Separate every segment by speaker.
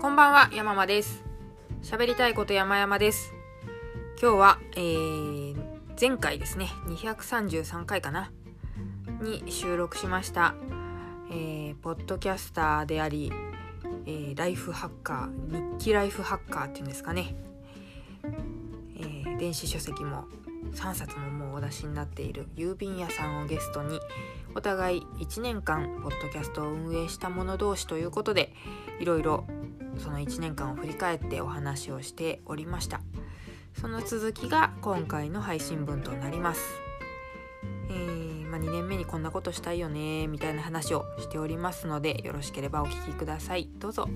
Speaker 1: ばんは、山まです。喋りたいこと山々です。今日は、えー、前回ですね、233回かな、に収録しました、えー、ポッドキャスターであり、えーライフハッカー、日記ライフハッカーっていうんですかね、えー電子書籍も3冊ももうお出しになっている郵便屋さんをゲストにお互い1年間ポッドキャストを運営した者同士ということでいろいろその1年間を振り返ってお話をしておりましたその続きが今回の配信分となりますえーまあ、2年目にこんなことしたいよねみたいな話をしておりますのでよろしければお聞きくださいどうぞ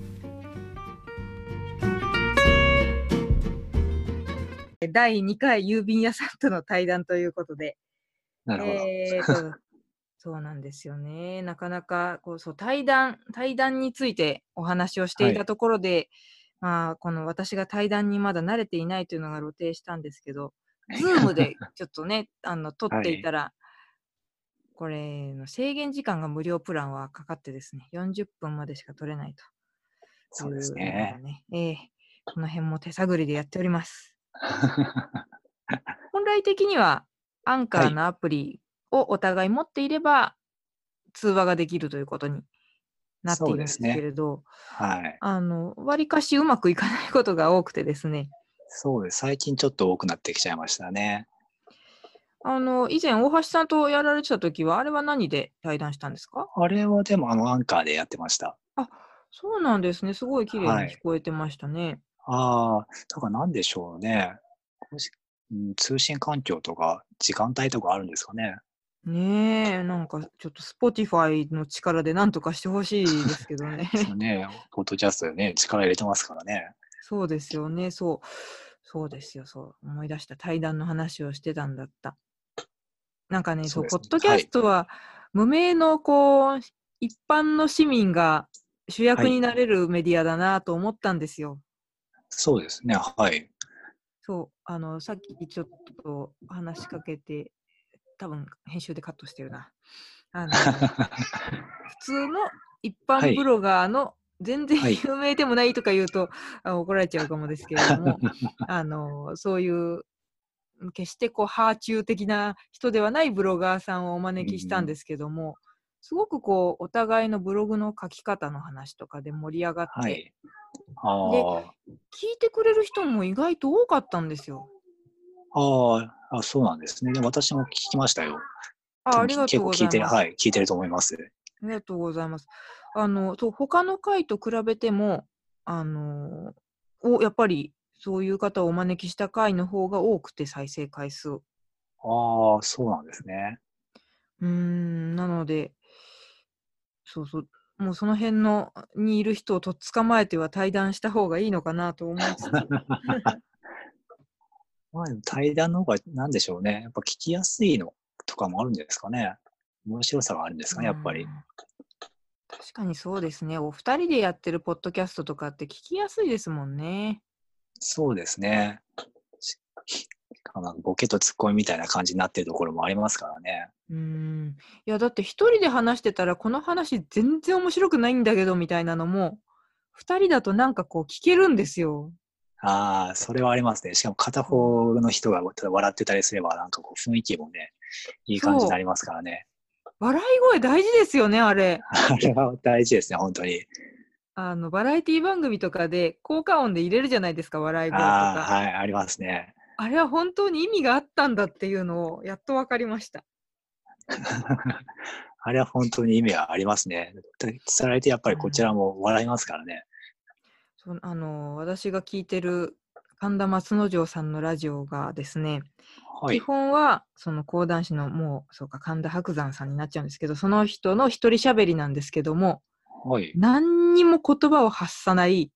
Speaker 2: 第2回郵便屋さんとの対談ということで。
Speaker 3: なるほど。
Speaker 2: えーと そうなんですよね。なかなかこうそう対談、対談についてお話をしていたところで、まあ、この私が対談にまだ慣れていないというのが露呈したんですけど、ズーム でちょっとね、あの、撮っていたら、これの制限時間が無料プランはかかってですね、40分までしか撮れないと。
Speaker 3: そうです
Speaker 2: い
Speaker 3: ね。
Speaker 2: うのがね。ええこの辺も手探りでやっております。本来的にはアンカーのアプリをお互い持っていれば通話ができるということになっているんですけれど、
Speaker 3: はい。
Speaker 2: あの、割かしうまくいかないことが多くてですね、
Speaker 3: そうです。最近ちょっと多くなってきちゃいましたね。
Speaker 2: あの、以前大橋さんとやられてた時は、あれは何で対談したんですか
Speaker 3: あれはでもあのアンカーでやってました。
Speaker 2: あ、そうなんですね。すごい綺麗
Speaker 3: はい
Speaker 2: に聞こえてましたね。
Speaker 3: ああ、だからなんでしょうね。もしうん通信環境とか時間帯とかあるんですかね。
Speaker 2: ねえ、なんかちょっと Spotify の力で何とかしてほしいですけどね。
Speaker 3: そ うね、ポッドキャストでね、力入れてますからね。
Speaker 2: そうですよね、そう。そうですよ、そう。思い出した対談の話をしてたんだった。なんかね、そう、
Speaker 3: そ
Speaker 2: ポ
Speaker 3: う
Speaker 2: ッ
Speaker 3: ですね
Speaker 2: ドキャストは、無名の、こう、一般の市民が主役
Speaker 3: はい
Speaker 2: になれるメディアだなと思ったんですよ。
Speaker 3: そうですね。はい。
Speaker 2: そう、あの、さっきちょっと話しかけて、多分編集でカットしてるな。あの普通の一
Speaker 3: は
Speaker 2: 般
Speaker 3: い
Speaker 2: ブロガーの全然
Speaker 3: はい
Speaker 2: 有名でもないとか言うと、あ怒られちゃうかもですけれど も、あのそういう決してこうハーチュー的な人ではないブロガーさんをお招きしたんですけども、すごくこうお互いのブログの書き方の話とかで盛り上がって、
Speaker 3: はい。あ
Speaker 2: 聞いてくれる人も意外と多かったんですよ。
Speaker 3: あ、あーあ、そうなんですね。でも私も聞きましたよ。
Speaker 2: あありがと
Speaker 3: 結
Speaker 2: う
Speaker 3: 構
Speaker 2: ご
Speaker 3: 聞
Speaker 2: ざ
Speaker 3: い
Speaker 2: い
Speaker 3: てる、
Speaker 2: ます。
Speaker 3: はい、聞いてると思います。
Speaker 2: ありがとうございます。あの、そう、他の回と比べても、あの、お、やっぱり、そういう方をお招きした回の方が多くて、再生回数。う
Speaker 3: ああ、そうなんですね。
Speaker 2: ーん、なので、そうそう、もうその辺の、にいる人をとっ捕まえては対談した方がいいのかなと思い つつ。
Speaker 3: まあ、でも対談の方が何でしょうね。やっぱ聞きやすいのとかもあるんですかね。面白さがあるんですかね、やっぱり
Speaker 2: うん。。確かにそうですね。お二人でやってるポッドキャストとかって聞きやすいですもんね。
Speaker 3: そうですね。しあのボケとツッコミみたいな感じになってるところもありますからね。
Speaker 2: うーんいやだって一人で話してたらこの話全然面白くないんだけどみたいなのも二人だとなんかこう聞けるんですよ。
Speaker 3: ああ、それはありますね。しかも片方の人がただ笑ってたりすれば、なんかこう雰囲気もね、いい感じになりますからね。
Speaker 2: 笑い声大事ですよねあれ。
Speaker 3: あれは大事ですね、本当に。
Speaker 2: あのバラエティ番組とかで効果音で入れるじゃないですか笑い声と
Speaker 3: ああ、
Speaker 2: かあ。
Speaker 3: はい、ありますね。
Speaker 2: れは本当に意味があったんだっていうのをやっと分かりました。
Speaker 3: あれは本当に意味がありますね。伝えられてやっぱりこちらも笑いますからね。
Speaker 2: そのあの私が聞いてる神田松之丞さんのラジオがですね、
Speaker 3: は
Speaker 2: 基
Speaker 3: い。
Speaker 2: 本はその講談師のもうそうか神田伯山さんになっちゃうんですけどその人の一人喋りなんですけども
Speaker 3: はい。
Speaker 2: 何にも言葉を発さない
Speaker 3: はい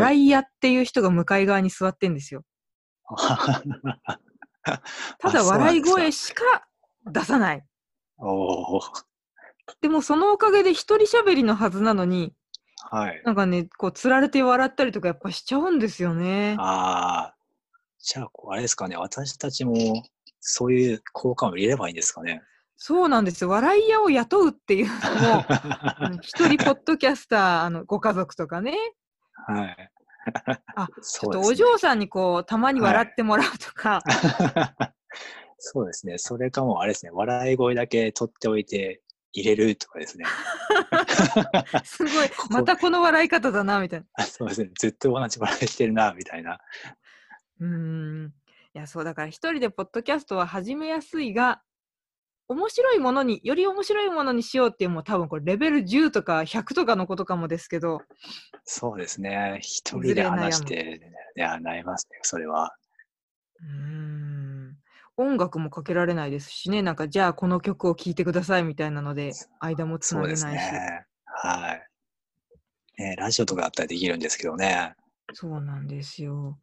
Speaker 2: 笑い屋っていう人が向かい側に座ってんですよ。ただ笑い声
Speaker 3: し。
Speaker 2: しか出さない。
Speaker 3: おおー、
Speaker 2: でもそのおかげで一人喋りのはずなのに
Speaker 3: はい。
Speaker 2: なんかねこうつられて笑ったりとかやっぱしちゃうんですよね。
Speaker 3: ああ、じゃあ、こうあれですかね、私たちもそういう効果を入れればいいんですかね。
Speaker 2: そうなんですよ。笑い屋を 雇うっていうのもあの一人ポッドキャスターあのご家族とかね
Speaker 3: はい。
Speaker 2: あ、ち
Speaker 3: そ
Speaker 2: ょっと
Speaker 3: うで
Speaker 2: お
Speaker 3: すね
Speaker 2: 嬢さんにこう、たまに笑ってもらうとか、
Speaker 3: そうですね。それかもうあれですね。笑い声だけ取っておいて入れるとかですね。
Speaker 2: すごい、またこの笑い方だな、みたいな。
Speaker 3: あそうですね。ずっと同じ笑いしてるな、みたいな。
Speaker 2: うーん。いや、そう、だから一人でポッドキャストは始めやすいが、面白いものに、より面白いものにしようっていう、もう多分これレベル10とか100とかのことかもですけど、
Speaker 3: そうですね。
Speaker 2: い
Speaker 3: 一
Speaker 2: ず
Speaker 3: 人
Speaker 2: れ
Speaker 3: で
Speaker 2: 悩む
Speaker 3: 話して、いや、悩みますね。それは。
Speaker 2: うーん。音楽もかけられないですしね、なんかじゃあこの曲を聴いてくださいみたいなので、間もつな
Speaker 3: そう
Speaker 2: げな
Speaker 3: で
Speaker 2: いし。
Speaker 3: す
Speaker 2: そう,、
Speaker 3: ね。はい。ね、ラジオとかあったらできるんですけどね。
Speaker 2: なんですよ。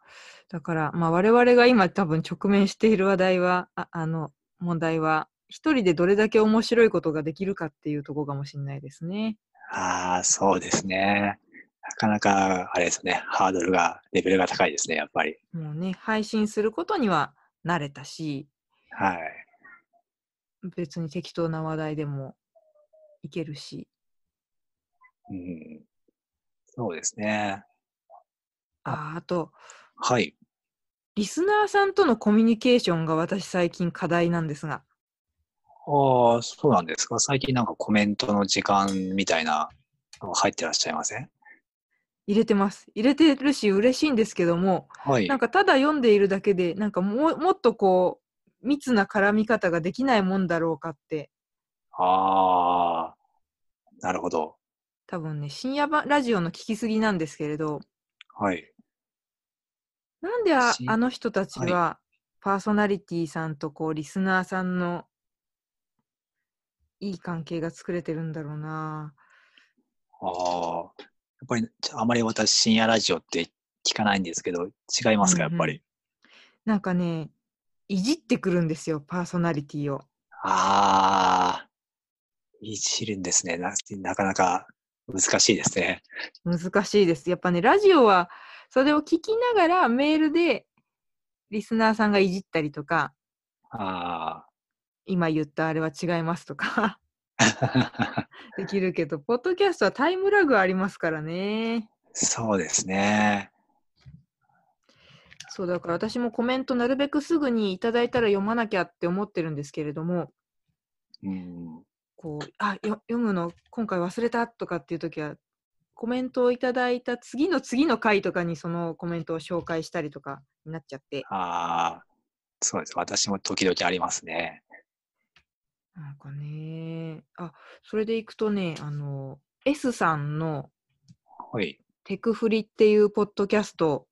Speaker 2: だから、まあ我々が今多分直面している話題は、ああの、問題は、一人でどれだけ面白いことができるかっていうところかもしれないですね。
Speaker 3: ああ、そうですね。なかなか、あれですね。ハードルが、レベルが高いですね、やっぱり。
Speaker 2: もうね、配信することには慣れたし、
Speaker 3: はい。
Speaker 2: 別に適当な話題でもいけるし、
Speaker 3: うん。そうですね。
Speaker 2: ああと、
Speaker 3: はい。
Speaker 2: リスナーさんとのコミュニケーションが私最近課題なんですが、
Speaker 3: ああ、そうなんですか。最近なんかコメントの時間みたいなの入ってらっしゃいません
Speaker 2: 入れてます。入れてるし嬉しいんですけども、
Speaker 3: はい。
Speaker 2: なんかただ読んでいるだけで、なんかもうもっとこう、密な絡み方ができないもんだろうかって、
Speaker 3: ああ、なるほど。
Speaker 2: 多分ね、深夜ばラジオの聞きすぎなんですけれど、
Speaker 3: はい。
Speaker 2: なんであ
Speaker 3: し
Speaker 2: あの人たち
Speaker 3: はい
Speaker 2: はパーソナリティさんとこうリスナーさんのいい関係が作れてるんだろうな
Speaker 3: ああ、やっぱりちょあまり私深夜ラジオって聞かないんですけど、違います
Speaker 2: う
Speaker 3: か、や
Speaker 2: ん
Speaker 3: っ
Speaker 2: うん
Speaker 3: ぱり。
Speaker 2: なんかねいじってくるんですよパーソナリティを
Speaker 3: ああ、いじるんですねな。なかなか難しいですね。
Speaker 2: 難しいですやっぱねラジオはそれを聞きながらメールでリスナーさんがいじったりとか
Speaker 3: あ
Speaker 2: 今言ったあれは違いますとか
Speaker 3: あ、
Speaker 2: できるけどポッドキャストはタイムラグありますからね
Speaker 3: そうですね。
Speaker 2: そうだから私もコメントなるべくすぐにいただいたら読まなきゃって思ってるんですけれども
Speaker 3: うん、
Speaker 2: こうあよ読むの今回忘れたとかっていう時はコメントをいただいた次の次の回とかにそのコメントを紹介したりとかになっちゃって
Speaker 3: ああ、そうです。私も時々ありますね。
Speaker 2: なんかねあそれでいくとねあの S さんの
Speaker 3: はい。
Speaker 2: 「テクフリ」っていうポッドキャスト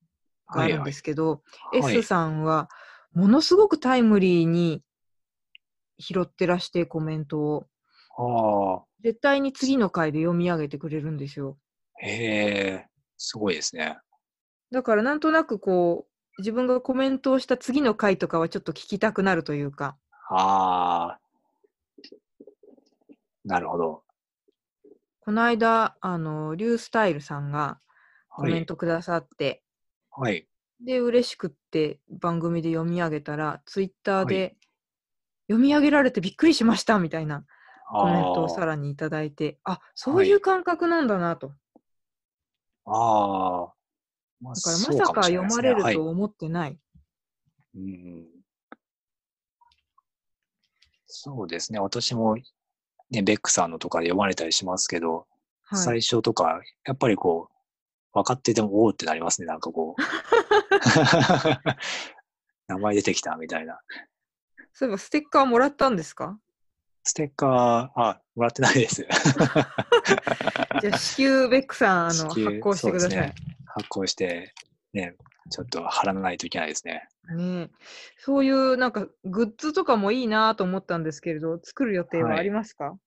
Speaker 2: があ
Speaker 3: はい
Speaker 2: るん
Speaker 3: は
Speaker 2: で
Speaker 3: い。
Speaker 2: すけど、
Speaker 3: はい
Speaker 2: S さんはものすごくタイムリーに拾ってらしてコメントを。
Speaker 3: ああ、
Speaker 2: 絶対に次の回で読み上げてくれるんですよ。
Speaker 3: へえ、すごいですね。
Speaker 2: だからなんとなくこう、自分がコメントをした次の回とかはちょっと聞きたくなるというか、
Speaker 3: ああ、なるほど。
Speaker 2: この間、あの、リュースタイルさんがコ
Speaker 3: は
Speaker 2: メン
Speaker 3: い。
Speaker 2: トくださって、
Speaker 3: はい。
Speaker 2: で、嬉しくって番組で読み上げたら、ツイッターで、
Speaker 3: は
Speaker 2: 読み上げられてびっくりしましたみたいなコメントをさ
Speaker 3: あ
Speaker 2: らにいただいて、あそういう感覚なんだなと。
Speaker 3: あ、ああ。まあ
Speaker 2: だからま
Speaker 3: そう
Speaker 2: さ
Speaker 3: も
Speaker 2: か
Speaker 3: しれ
Speaker 2: 読
Speaker 3: ないです
Speaker 2: ま
Speaker 3: ね
Speaker 2: れる
Speaker 3: はい
Speaker 2: と思ってない。
Speaker 3: うんそうですね。私も、ね、ベックさんのとかで読まれたりしますけど、
Speaker 2: はい
Speaker 3: 最初とか、やっぱりこう、分かってても、おおってなりますね、なんか こう。名前出てきたみたいな。
Speaker 2: そういえばステッカーもらったんですか
Speaker 3: ステッカー、あ、もらってないです。
Speaker 2: じゃあ、至急ベックさん、あの、
Speaker 3: 至急
Speaker 2: 発行してくださ
Speaker 3: そう
Speaker 2: い
Speaker 3: で。発行して、ね、ちょっと貼らないといけないですね。
Speaker 2: ねえそういう、なんか、グッズとかもいいなと思ったんですけれど、作る予定は
Speaker 3: はい
Speaker 2: ありますか、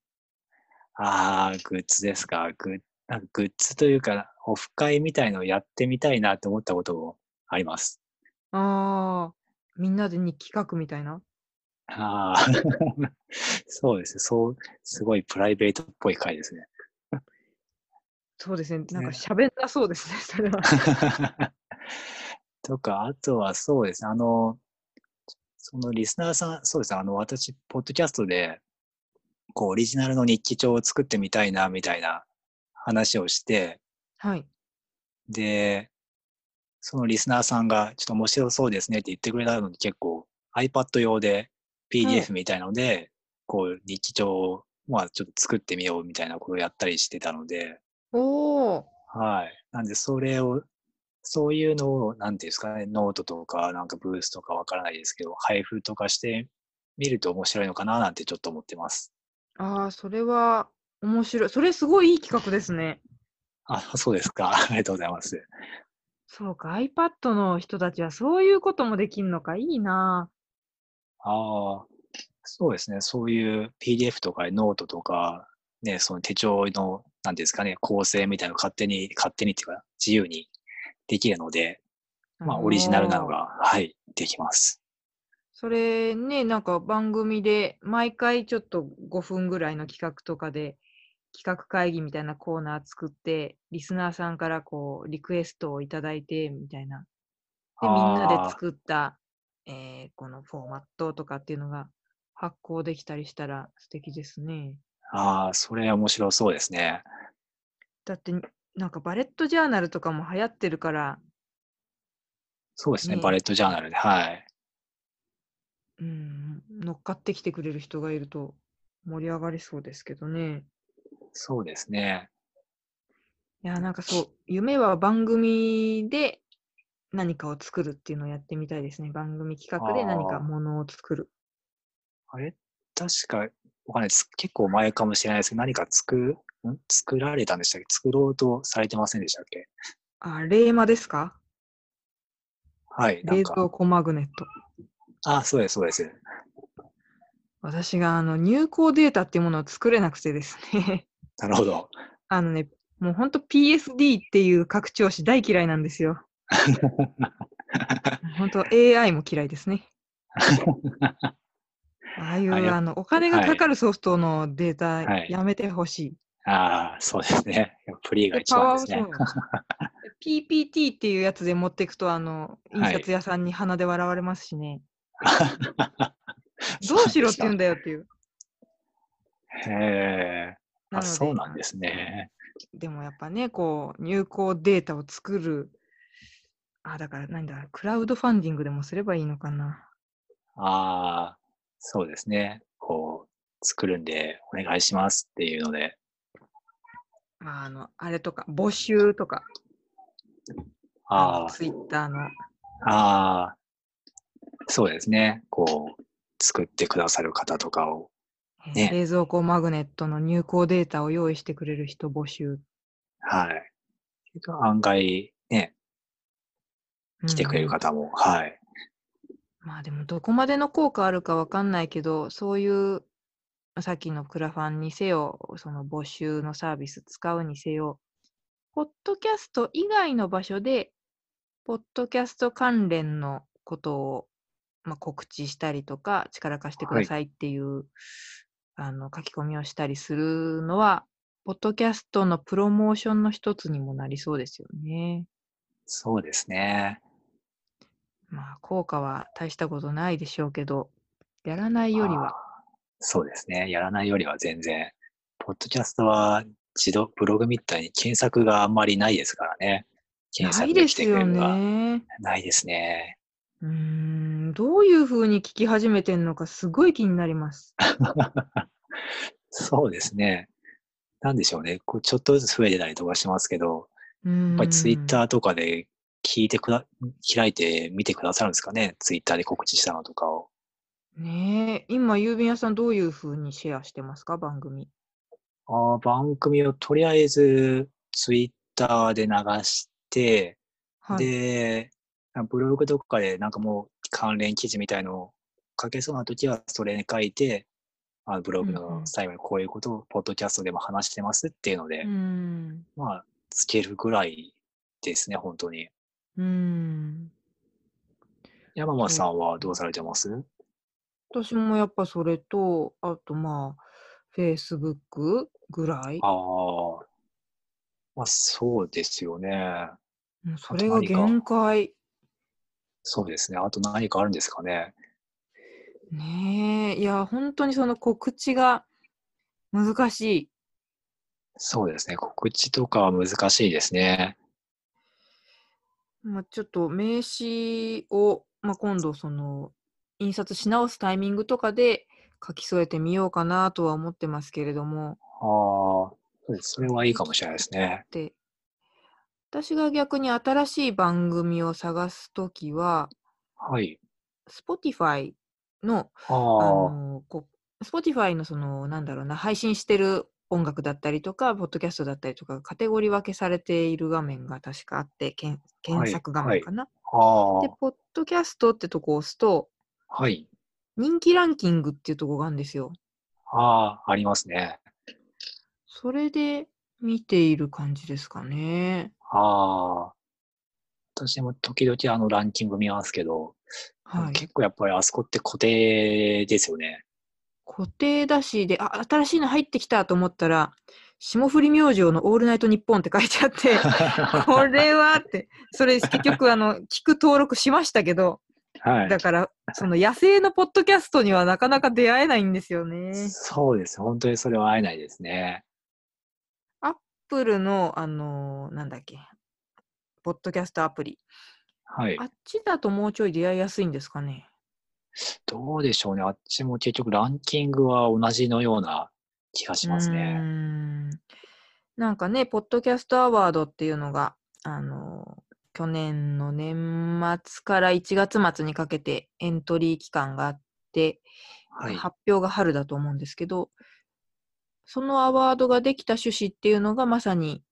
Speaker 3: ああ、グッズですか。グッなんかグッズというか、オフ会みたいのをやってみたいなと思ったこともあります。
Speaker 2: ああ、みんなで日記書くみたいな。
Speaker 3: ああ、 そうですね。そう、すごいプライベートっぽい会ですね。
Speaker 2: そうですね。なんか、
Speaker 3: ね
Speaker 2: 喋んなそう ですね、それは。
Speaker 3: とか、あとはそうですね。あの、そのリスナーさん、そうですね。あの、私、ポッドキャストで、こう、オリジナルの日記帳を作ってみたいな、みたいな話をして、
Speaker 2: はい。
Speaker 3: で、そのリスナーさんがちょっと面白そうですねって言ってくれたのに結構 iPad 用で PDF みたいので、こう日常を、まあちょっと作ってみようみたいなことをやったりしてたので、
Speaker 2: おお。
Speaker 3: はい。なんで、それを、そういうのを、なんていうんですかね、ノートとか、なんかブースとかわからないですけど、配布とかしてみると面白いのかななんてちょっと思ってます。
Speaker 2: ああ、それは面白い。それすごいいい企画ですね。
Speaker 3: あ、そうですか。 ありがとうございます。
Speaker 2: そうか、iPad の人たちはそういうこともできるのか、いいな
Speaker 3: ああ、そうですね。そういう PDF とかノートとか、ね、その手帳の、なんていうんですかね、構成みたいなの勝手に、勝手にっていうか、自由にできるので、
Speaker 2: あ。
Speaker 3: まあ、オリジナルなの
Speaker 2: おー。
Speaker 3: が、はい、できます。
Speaker 2: それね、なんか番組で毎回ちょっと5分ぐらいの企画とかで、企画会議みたいなコーナー作って、リスナーさんからこう、リクエストをいただいて、みたいな。で、みんな
Speaker 3: あ
Speaker 2: で
Speaker 3: ー
Speaker 2: 作った、えーこのフォーマットとかっていうのが発行できたりしたら素敵ですね。
Speaker 3: ああ、それ面白そうですね。
Speaker 2: だってに、なんかバレットジャーナルとかも流行ってるから、
Speaker 3: そうですね。
Speaker 2: ね
Speaker 3: バレットジャーナルで、はい。
Speaker 2: うん、乗っかってきてくれる人がいると盛り上がりそうですけどね。
Speaker 3: そうですね。
Speaker 2: いや、なんかそう、夢は番組で何かを作るっていうのをやってみたいですね。番組企画で何か
Speaker 3: あー
Speaker 2: ものを作る。
Speaker 3: あれ確か、わかんないです。結構前かもしれないですけど、何か作、ん作られたんでしたっけ作ろうとされてませんでしたっけ
Speaker 2: あ、レーマですか
Speaker 3: はい、なん
Speaker 2: 冷蔵
Speaker 3: か。
Speaker 2: 庫マグネット。
Speaker 3: あ、そうです、そうです。
Speaker 2: 私があの入稿データっていうものを作れなくてですね。
Speaker 3: なるほど。
Speaker 2: あのね、もうほんと PSD っていう拡張子大嫌いなんですよ。ほんと AI も嫌いです ね。ああいう
Speaker 3: あやっ
Speaker 2: あのお金がかかるソフトのデータ
Speaker 3: はい
Speaker 2: やめてほしい。
Speaker 3: ああ、そうですね。プリーが
Speaker 2: で
Speaker 3: 一
Speaker 2: パ
Speaker 3: 番
Speaker 2: ワ
Speaker 3: で
Speaker 2: ー
Speaker 3: す
Speaker 2: そうな
Speaker 3: ね
Speaker 2: ん。です PPT っていうやつで持っていくとあの印
Speaker 3: はい
Speaker 2: 刷屋さんに鼻で笑われますしね、
Speaker 3: そ
Speaker 2: ど
Speaker 3: う
Speaker 2: うしろって言うん
Speaker 3: で
Speaker 2: だよっていう。
Speaker 3: すか へえ。
Speaker 2: なの
Speaker 3: あ、
Speaker 2: で
Speaker 3: そうなんですね。
Speaker 2: でもやっぱねこう入稿データを作るあだからなんだクラウドファンディングでもすればいいのかな。
Speaker 3: ああ、そうですね。こう、作るんでお願いしますっていうので。
Speaker 2: まああのあれとか募集とか
Speaker 3: ああ、
Speaker 2: ツイッターの
Speaker 3: ああ、そうですね。こう、作ってくださる方とか
Speaker 2: えー
Speaker 3: を。ね
Speaker 2: 冷蔵庫マグネットの入稿データを用意してくれる人募集、
Speaker 3: はい。けど案外、ね、
Speaker 2: うん
Speaker 3: 来てくれる方も、はい。
Speaker 2: まあでもどこまでの効果あるかわかんないけどそういうさっきのクラファンにせよその募集のサービス使うにせよポッドキャスト以外の場所でポッドキャスト関連のことを、まあ、告知したりとか力貸してく
Speaker 3: は
Speaker 2: だ
Speaker 3: い
Speaker 2: さいっていう、あの書き込みをしたりするのはポッドキャストのプロモーションの一つにもなりそうですよね。
Speaker 3: そうですね。
Speaker 2: まあ効果は大したことないでしょうけどやらないよりは
Speaker 3: ああ。そうですね。やらないよりは全然。ポッドキャストは自動、ブログみたいに検索があんまりないですからね。検
Speaker 2: な
Speaker 3: 索
Speaker 2: い
Speaker 3: で
Speaker 2: で
Speaker 3: 来
Speaker 2: す
Speaker 3: てくれ
Speaker 2: よ
Speaker 3: るのは
Speaker 2: ね。
Speaker 3: ないですね。
Speaker 2: うーん、どういうふうに聞き始めてんのかすごい気になります。
Speaker 3: そうですね。なんでしょうね。こうちょっとずつ増えてたりとかしますけど、
Speaker 2: や
Speaker 3: やっぱりツイッ
Speaker 2: ーん。
Speaker 3: ターとかで聞いてくだ、開いて見てくださるんですかね。ツイッターで告知したのとかを。
Speaker 2: ねえ、今郵便屋さんどういうふうにシェアしてますか、番組。
Speaker 3: あー番組をとりあえずツイッターで流して、
Speaker 2: はい。
Speaker 3: で、ブログとかでなんかもう関連記事みたいのを書けそうな時はそれに書いて、あのブログ
Speaker 2: うんう
Speaker 3: の
Speaker 2: ん
Speaker 3: 最後にこういうことをポッドキャストでも話してますっていうので、
Speaker 2: うーん。
Speaker 3: まあ、つけるぐらいですね、本当に。
Speaker 2: うーん。
Speaker 3: 山本さんはどうされてます
Speaker 2: 私もやっぱそれと、あとまあ、Facebook ぐらい。
Speaker 3: ああ。まあ、そうですよね。
Speaker 2: もうそれが
Speaker 3: あと何か
Speaker 2: 限界。
Speaker 3: そうですね。あと何かあるんですかね。
Speaker 2: ねえ、いや、本当にその告知が難しい。
Speaker 3: そうですね。告知とかは難しいですね。
Speaker 2: まあ、ちょっと名刺を、まあ、今度その印刷し直すタイミングとかで書き添えてみようかなとは思ってますけれども。
Speaker 3: ああ、そうですそれはいいかもしれないですね。
Speaker 2: で私が逆に新しい番組を探すときは、
Speaker 3: はい。
Speaker 2: Spotify の
Speaker 3: あ
Speaker 2: あ
Speaker 3: あ、
Speaker 2: のこう Spotify のそのなんだろうな配信してる音楽だったりとか、ポッドキャストだったりとか、カテゴリー分けされている画面が確かあって、けん検索画面かな、
Speaker 3: あ
Speaker 2: で、ポッドキャストってとこを押すと、
Speaker 3: あ、はい。
Speaker 2: 人気ランキングっていうとこがあるんですよ。
Speaker 3: ああ、ありますね。
Speaker 2: それで見ている感じですかね。
Speaker 3: ああ。私も時々あのランキング見ますけど、
Speaker 2: はい。
Speaker 3: 結構やっぱりあそこって固定ですよね。
Speaker 2: 固定だし、で、あ、新しいの入ってきたと思ったら、霜降り明星のオールナイトニッポンって書いてあ って、これはって、それ結局あの、聞く登録しましたけど、
Speaker 3: は
Speaker 2: だから、その野生のポッドキャストにはなかなか出会えないんですよね
Speaker 3: い。。そうです。本当にそれは会えないですね。
Speaker 2: アップルの、あのーなんだっけ、ポッドキャストアプリ。
Speaker 3: はい。
Speaker 2: あっちだともうちょい出会いやすいんですかね。
Speaker 3: どうでしょうね。あっちも結局ランキングは同じのような気がします
Speaker 2: うー
Speaker 3: ね。
Speaker 2: んなんかね、ポッドキャストアワードっていうのが、あの、去年の年末から1月末にかけてエントリー期間があって、
Speaker 3: はい。
Speaker 2: 発表が春だと思うんですけど、そのアワードができた趣旨っていうのがまさに、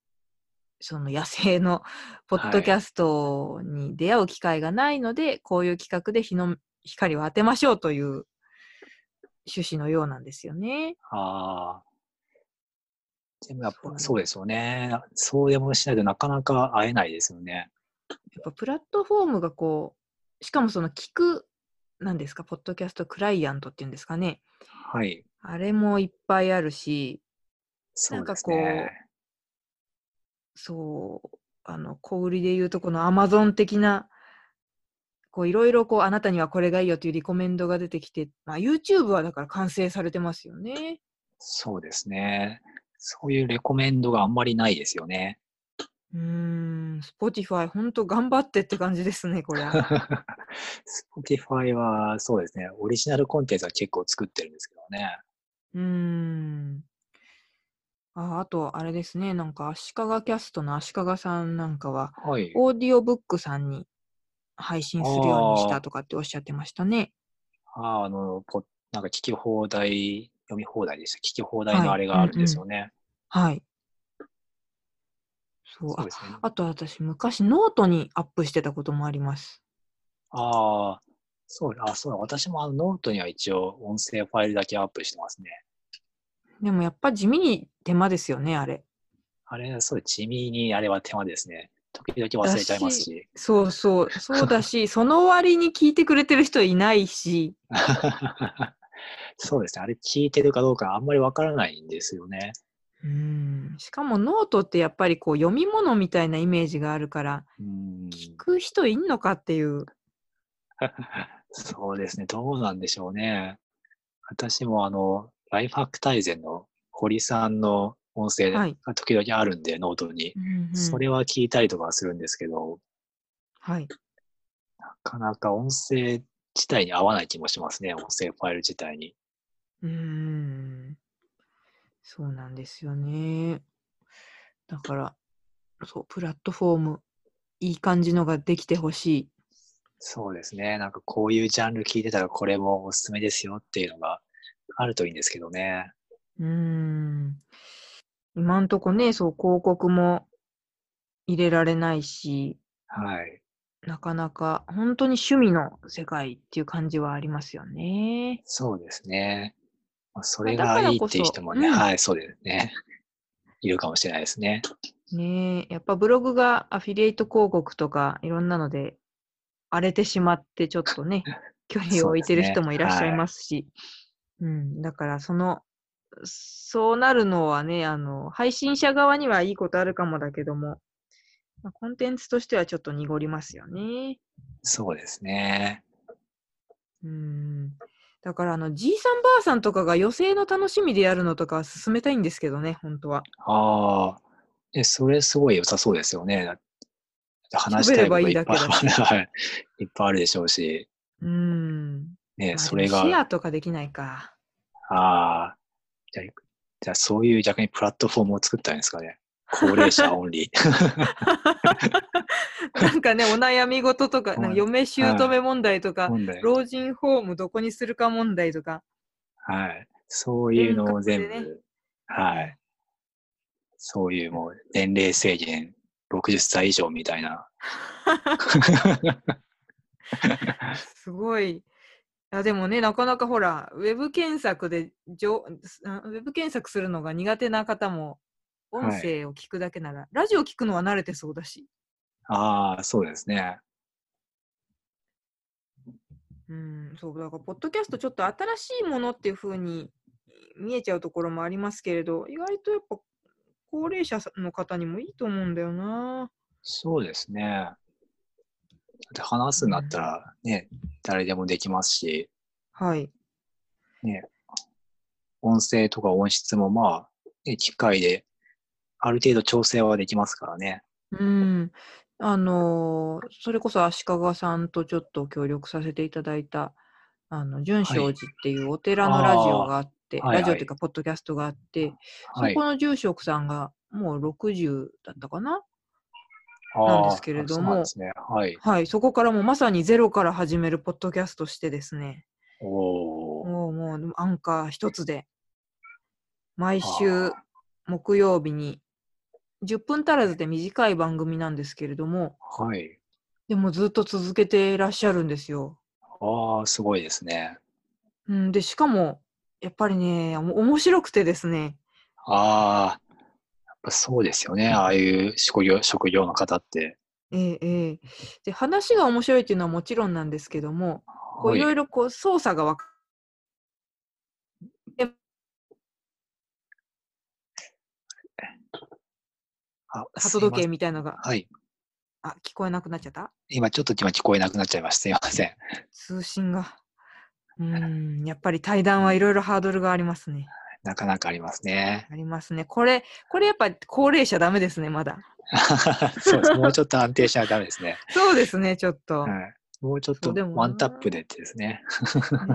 Speaker 2: その野生の ポッドキャストに出会う機会がないので、こういう企画で日の光を当てましょうという趣旨のようなんですよね。
Speaker 3: ああ。でもやっぱ
Speaker 2: そう
Speaker 3: そうですよね。そうでもしないとなかなか会えないですよね。
Speaker 2: やっぱプラットフォームがこう、しかもその聞く、なんですか、ポッドキャストクライアントっていうんですかね。
Speaker 3: はい。
Speaker 2: あれもいっぱいあるし、
Speaker 3: そうです
Speaker 2: なんか
Speaker 3: ね。
Speaker 2: そう、あの、小売りでいうとこのアマゾン的な、こういろいろこう、あなたにはこれがいいよというリコメンドが出てきて、まあ YouTube はだから完成されてますよね。
Speaker 3: そうですね。そういうレコメンドがあんまりないですよね。
Speaker 2: うーん、Spotify ほんと頑張ってって感じですね、こ れ。
Speaker 3: Spotify はそうですね、オリジナルコンテンツは結構作ってるんですけどね。
Speaker 2: うーん。ああと、あれですね、なんか、足利キャストの足利さんなんかは、
Speaker 3: はい。
Speaker 2: オーディオブックさんに配信するようにし
Speaker 3: あー
Speaker 2: たとかっておっしゃってましたね。
Speaker 3: ああの、ポなんか聞き放題、読み放題でした。聞き放題
Speaker 2: はい
Speaker 3: のあれがあるんですよね。
Speaker 2: はい。そう、
Speaker 3: そう
Speaker 2: あ
Speaker 3: ですね。
Speaker 2: あと私、昔ノートにアップしてたこともあります。
Speaker 3: ああ、そう、あ、そうだ、私もあのノートには一応音声ファイルだけアップしてますね。
Speaker 2: でもやっぱ地味に手間ですよね、あれ。
Speaker 3: あれ、そう、地味にあれは手間ですね。時々忘れちゃいますし。
Speaker 2: そう そう、そうだし、その割に聞いてくれてる人いないし、
Speaker 3: そうですね。あれ聞いてるかどうかあんまりわからないんですよね。
Speaker 2: うーん、しかもノートってやっぱりこう読み物みたいなイメージがあるから、
Speaker 3: うん。
Speaker 2: 聞く人いんのかっていう。
Speaker 3: そうですね。どうなんでしょうね。私もあの、ライフハック大全の堀さんの音声
Speaker 2: は
Speaker 3: が
Speaker 2: い
Speaker 3: 時々あるんで、ノートに。
Speaker 2: うんうん
Speaker 3: それは聞いたりとかはするんですけど、
Speaker 2: はい。
Speaker 3: なかなか音声自体に合わない気もしますね。音声ファイル自体に。
Speaker 2: うーん。そうなんですよね。だから、そう、プラットフォーム、いい感じのができてほしい。
Speaker 3: そうですね。なんかこういうジャンル聞いてたらこれもおすすめですよっていうのがあるといいんですけどね。
Speaker 2: うーん。今んとこね、そう、広告も入れられないし、
Speaker 3: はい。
Speaker 2: なかなか本当に趣味の世界っていう感じはありますよね。
Speaker 3: そうですね。まあ、そ
Speaker 2: まあ
Speaker 3: れ
Speaker 2: だか
Speaker 3: が
Speaker 2: ら
Speaker 3: いい
Speaker 2: こ
Speaker 3: っていう
Speaker 2: そ
Speaker 3: 人もね、
Speaker 2: うん
Speaker 3: はい、そうですね。いるかもしれないですね。
Speaker 2: ねえ、やっぱブログがアフィリエイト広告とかいろんなので荒れてしまってちょっと ね、距離を置いてる人もいらっしゃいますし、うん、だからその、そうなるのはね、あの、配信者側にはいいことあるかもだけども、まあコンテンツとしてはちょっと濁りますよね。
Speaker 3: そうですね。
Speaker 2: うん。だからあの、じいさんばあさんとかが余生の楽しみでやるのとかは勧めたいんですけどね、本当は。
Speaker 3: ああ、え、それすごい良さそうですよね。話したいこと
Speaker 2: 喋
Speaker 3: い
Speaker 2: れ
Speaker 3: っ
Speaker 2: ば
Speaker 3: ぱ
Speaker 2: い
Speaker 3: い
Speaker 2: いだ
Speaker 3: はいいっぱいあるでしょうし、
Speaker 2: うん。ま
Speaker 3: ね、
Speaker 2: あ
Speaker 3: それ
Speaker 2: でもシェ
Speaker 3: が、
Speaker 2: アとかできないか。
Speaker 3: ああ、じゃあじゃあそういう逆にプラットフォームを作ったんですかね。高齢者オ ンリー。
Speaker 2: なんかね、お悩み事とか、なんか嫁姑問題とか、
Speaker 3: 問題
Speaker 2: 老人ホームどこにするか問題とか。
Speaker 3: はい。そういうのを全部、
Speaker 2: 分割で
Speaker 3: はい。そういうもう年齢制限60歳以上みたい な。
Speaker 2: すごい。あでもね、なかなかほら、ウェブ検索でじょ、あウェブ検索するのが苦手な方も、
Speaker 3: はい
Speaker 2: 音声を聞くだけなら、ラジオ聞くのは慣れてそうだし。
Speaker 3: ああ、そうですね。
Speaker 2: うん、そう、だから、ポッドキャストちょっと新しいものっていう風に見えちゃうところもありますけれど、意外とやっぱ、高齢者の方にもいいと思うんだよな。
Speaker 3: そうですね。だって話すんだったらね、誰でもできますし、
Speaker 2: はい。
Speaker 3: 音声とか音質もまあ、ね機械である程度調整はできますからね。
Speaker 2: うん。あのーそれこそ足利さんとちょっと協力させていただいた、あの、純正寺っていうお寺のラジオがあって、
Speaker 3: あーはいはい
Speaker 2: ラジオっていうか、ポッドキャストがあって、
Speaker 3: はい
Speaker 2: そ。この住職さんがもう60だったかな
Speaker 3: あー
Speaker 2: なんですけれども
Speaker 3: そうなんですね。はい。
Speaker 2: はい、そこからもうまさにゼロから始めるポッドキャストしてですね、
Speaker 3: おー。
Speaker 2: もうもうアンカー一つで、毎
Speaker 3: あ
Speaker 2: 週
Speaker 3: ー
Speaker 2: 木曜日に、10分足らずで短い番組なんですけれども、
Speaker 3: はい。
Speaker 2: でもずっと続けていらっしゃるんですよ。
Speaker 3: ああ、すごいですね。
Speaker 2: うん、で、しかも、やっぱりね、おも面白くてですね、
Speaker 3: ああ、やっぱそうですよね。ああいう職業、職業の方って。
Speaker 2: ええええで、話が面白いっていうのはもちろんなんですけども、こ
Speaker 3: は
Speaker 2: ういろ
Speaker 3: い。
Speaker 2: いろこう操作がわか
Speaker 3: あ
Speaker 2: 鳩時計
Speaker 3: すいま
Speaker 2: みたいのが、
Speaker 3: せんはい。
Speaker 2: あ、聞こえなくなっちゃった
Speaker 3: 今ちょっと今聞こえなくなっちゃいました。すいません。
Speaker 2: 通信が。う ーん、やっぱり対談はいろいろハードルがありますね。
Speaker 3: なかなかありますね。
Speaker 2: ありますね。これ、これやっぱ高齢者ダメですね、まだ。
Speaker 3: そうです。もうちょっと安定しないとダメですね。
Speaker 2: そうですね、ちょっと
Speaker 3: は。い。もうちょっ
Speaker 2: そ
Speaker 3: と
Speaker 2: うでもな
Speaker 3: ワンタップでってですね。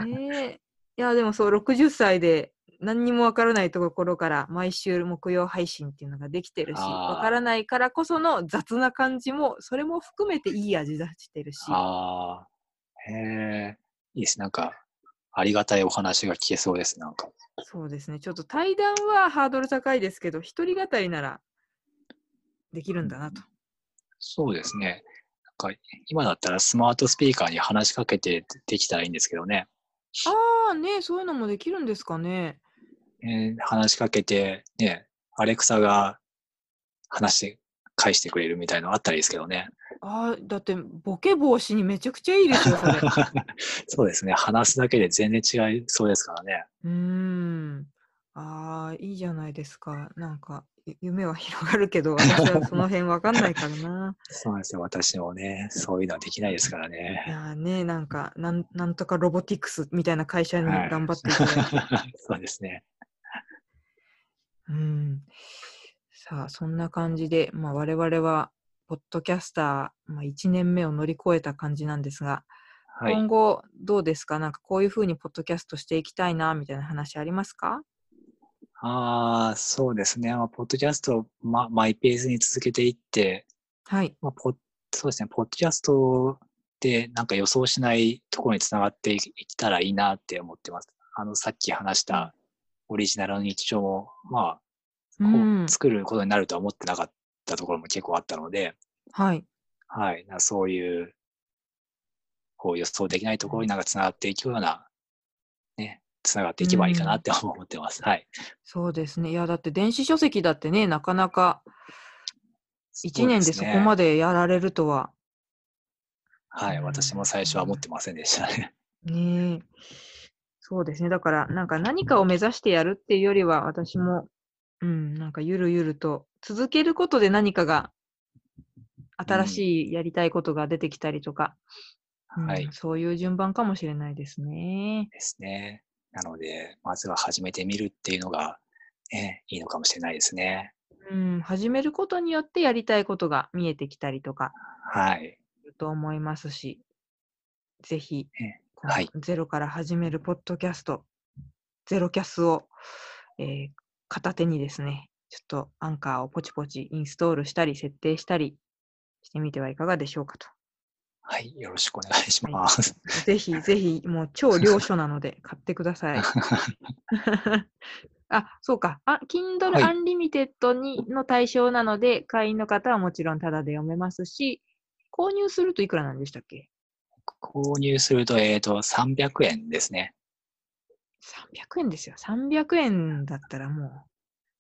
Speaker 2: ねえいや、でもそう、60歳で何にもわからないところから毎週木曜配信っていうのができてるし、
Speaker 3: あー
Speaker 2: わからないからこその雑な感じも、それも含めていい味出してるし。
Speaker 3: ああ、へえ、いいです。なんか、ありがたいお話が聞けそうです。なんか。
Speaker 2: そうですね。ちょっと対談はハードル高いですけど、一人語りならできるんだなと。
Speaker 3: そうですね。なんか、今だったらスマートスピーカーに話しかけてできたらいいんですけどね。
Speaker 2: ああね、そういうのもできるんですかね。
Speaker 3: えー話しかけて、ね、アレクサが話して、返してくれるみたいなのあったらいいですけどね。
Speaker 2: ああ、だってボケ防止にめちゃくちゃいいですよ、それ。う
Speaker 3: そうですね。話すだけで全然違いそうですからね。
Speaker 2: ーん。ああ、いいじゃないですか。なんか、ゆ夢は 広がるけど、私はその辺わかんないから な。
Speaker 3: そうなんですよ。私もね、そういうのはできないですから
Speaker 2: い
Speaker 3: ね。
Speaker 2: やーね、なんかなん、なんとかロボティクスみたいな会社に
Speaker 3: はい
Speaker 2: 頑張っていただいて。
Speaker 3: そうですね。
Speaker 2: うん。さあ、そんな感じで、まあ、我々は、ポッドキャスター、まあ、1年目を乗り越えた感じなんですが、
Speaker 3: はい。
Speaker 2: 今後どうですかなんかこういうふうにポッドキャストしていきたいな、みたいな話ありますか
Speaker 3: ああ、そうですね。まあ、ポッドキャストを、ま、マイペースに続けていって、
Speaker 2: はい。
Speaker 3: まあ、ポッそうですね。ポッドキャストでなんか予想しないところにつながっていったらいいなって思ってます。あの、さっき話したオリジナルの日常も、まあ、
Speaker 2: うん
Speaker 3: こう作ることになるとは思ってなかったところも結構あったので、
Speaker 2: はい。
Speaker 3: はい。なそういう、こう予想できないところになんかつながっていくような、ね、つながっていけばいいかなって思ってます。はい。
Speaker 2: そうですね。いや、だって電子書籍だってね、なかなか1年でそこま
Speaker 3: で。
Speaker 2: でやられるとは。
Speaker 3: は
Speaker 2: う
Speaker 3: い。
Speaker 2: ん
Speaker 3: 私も最初は思ってませんでしたね。
Speaker 2: ねえ。そうですね。だから、なんか何かを目指してやるっていうよりは、私も、うん、なんかゆるゆると、続けることで何かが、新しいやりたいことが出てきたりとか、うん
Speaker 3: はい。
Speaker 2: そういう順番かもしれないですね。
Speaker 3: ですね。なので、まずは始めてみるっていうのが、ね、いいのかもしれないですね。
Speaker 2: うん、始めることによってやりたいことが見えてきたりとか
Speaker 3: はい。
Speaker 2: すると思いますし、ぜひ
Speaker 3: ね、
Speaker 2: この
Speaker 3: はい
Speaker 2: ゼロから始めるポッドキャスト、ゼロキャスを、えー片手にですね、ちょっとアンカーをポチポチインストールしたり、設定したりしてみてはいかがでしょうかと。
Speaker 3: はい。よろしくお願いします。
Speaker 2: ぜひぜひ、もう超良書なので買ってください。 あ、そうか。あ、Kindle
Speaker 3: はい
Speaker 2: Unlimited にの対象なので、会員の方はもちろんタダで読めますし、購入するといくらなんでしたっけ
Speaker 3: 購入すると、えっ、と、300円ですね。
Speaker 2: ?300 円ですよ。300円だったらもう、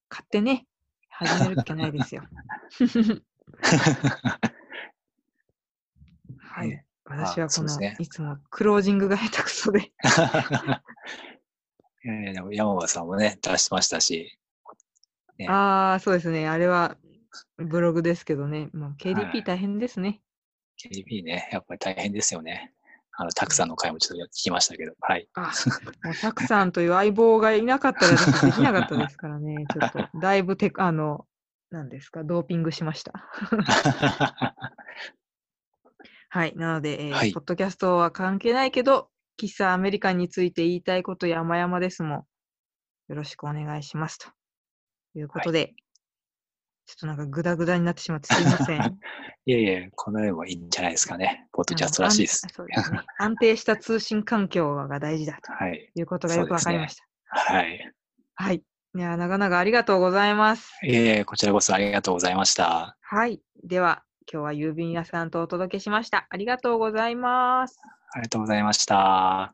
Speaker 2: 買ってね、始めるっけないです よ。はい。私は
Speaker 3: あそ
Speaker 2: こ
Speaker 3: うで
Speaker 2: の、
Speaker 3: すね
Speaker 2: いつもクロージングが下手くそで。
Speaker 3: いやいやでも山川さんもね、出してましたし、ね
Speaker 2: ああ、そうですね。あれはブログですけどね。もう
Speaker 3: はい
Speaker 2: KDP 大変ですね。
Speaker 3: KDP ね、やっぱり大変ですよね。あの、たくさんの回もちょっと聞きましたけど、 はい。
Speaker 2: あ、もうたくさんという相棒がいなかったら私できなかったですからね。ちょっと、だいぶテク、あの、何ですか、ドーピングしました。はい。なので、えー
Speaker 3: はい
Speaker 2: ポッドキャストは関係ないけど、喫茶アメリカンについて言いたいこと山々ですもん、よろしくお願いします。ということで、ちょっとなんかグダグダになってしまってすいません。
Speaker 3: いやいや、このよもいいんじゃないですかね。ポッドキャストらしいです
Speaker 2: あ。の。安そうですね。安定した通信環境が大事だと
Speaker 3: はい。
Speaker 2: いうことがよくわかりました。
Speaker 3: はい。
Speaker 2: はい。いやー、長々ありがとうございます。
Speaker 3: いえいえ、こちらこそありがとうございました。
Speaker 2: はい。では、今日は郵便屋さんとお届けしました。ありがとうございます。
Speaker 3: ありがとうございました。